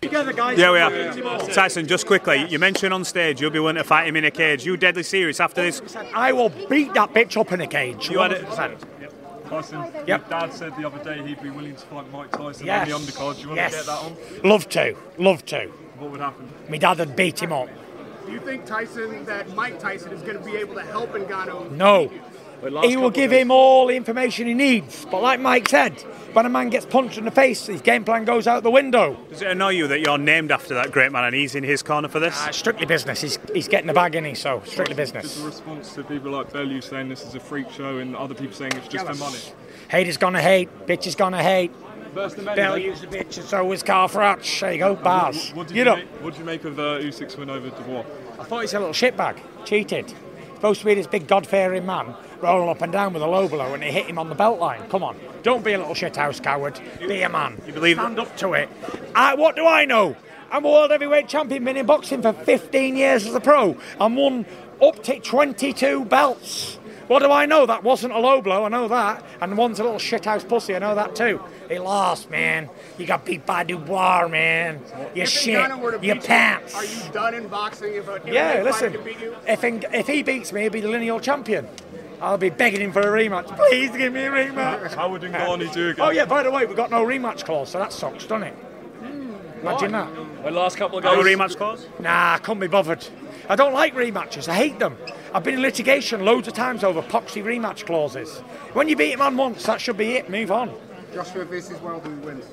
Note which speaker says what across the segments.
Speaker 1: Yeah, we are. Tyson, just quickly, you mentioned on stage you'll be willing to fight him in a cage. You deadly serious after this?
Speaker 2: I will beat that bitch up in a cage.
Speaker 1: You had it.
Speaker 2: 100%.
Speaker 3: Tyson, your
Speaker 2: Yep.
Speaker 3: dad said the other day he'd be willing to fight Mike Tyson
Speaker 2: Yes.
Speaker 3: on the undercard. Do you want
Speaker 2: yes.
Speaker 3: to get that on?
Speaker 2: Love to. Love to.
Speaker 3: What would happen?
Speaker 2: My dad would beat him up.
Speaker 4: Do you think Tyson that Mike Tyson is going to be able to help Ngannou?
Speaker 2: No.
Speaker 3: last
Speaker 2: He will
Speaker 3: couple
Speaker 2: give
Speaker 3: of
Speaker 2: him all the information he needs. But like Mike said, when a man gets punched in the face, his game plan goes out the window.
Speaker 1: Does it annoy you that you're named after that great man and he's in his corner for this?
Speaker 2: Uh, strictly business. He's, he's getting the bag, in he? So, strictly
Speaker 3: Is
Speaker 2: business.
Speaker 3: the response to people like Bellew saying this is a freak show and other people saying it's just for money?
Speaker 2: Haters gonna hate. Bitches gonna hate.
Speaker 3: First
Speaker 2: Bell
Speaker 3: Amendment.
Speaker 2: used a bitch and so was Carl Fratch. There you go. Bars.
Speaker 3: What, what, did
Speaker 2: You
Speaker 3: you
Speaker 2: know.
Speaker 3: make, what did you make of uh, Usyk's win over Dubois?
Speaker 2: I thought he's a little shitbag. Cheated. Supposed to be this big God-fearing man rolling up and down with a low blow and it hit him on the belt line. Come on. Don't be a little shithouse coward. Be a man.
Speaker 1: You believe-
Speaker 2: Stand up to it. I, what do I know? I'm a world heavyweight champion, been in boxing for 15 years as a pro and won up to 22 belts. What do I know? That wasn't a low blow, I know that. And one's a little shithouse pussy, I know that too. He lost, man. You got beat by Dubois, man. You're
Speaker 4: If
Speaker 2: shit.
Speaker 4: Ngannou were to
Speaker 2: You're
Speaker 4: beat you,
Speaker 2: pants.
Speaker 4: Are you done in boxing if a
Speaker 2: Yeah,
Speaker 4: MMA
Speaker 2: listen.
Speaker 4: fighter beat you?
Speaker 2: If, if he beats me, he'll be the lineal champion. I'll be begging him for a rematch. Please give me a rematch.
Speaker 3: How would Ngannou do again?
Speaker 2: Oh yeah. By the way, we've got no rematch clause, so that sucks, doesn't it? Imagine
Speaker 3: The last couple of
Speaker 1: Got a rematch clause?
Speaker 2: that. Nah, couldn't be bothered. I don't like rematches. I hate them. I've been in litigation loads of times over poxy rematch clauses. When you beat a man once, that should be it. Move on.
Speaker 4: Joshua versus Wilder who wins.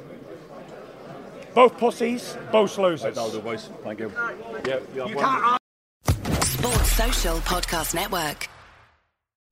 Speaker 2: Both pussies, both losers.
Speaker 3: boys. Thank you. Yeah, yeah,
Speaker 4: Uh, You can't
Speaker 5: Sports Social Podcast Network.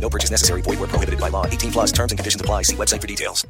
Speaker 6: No purchase necessary. Void where prohibited by law. 18 plus terms and conditions apply. See website for details.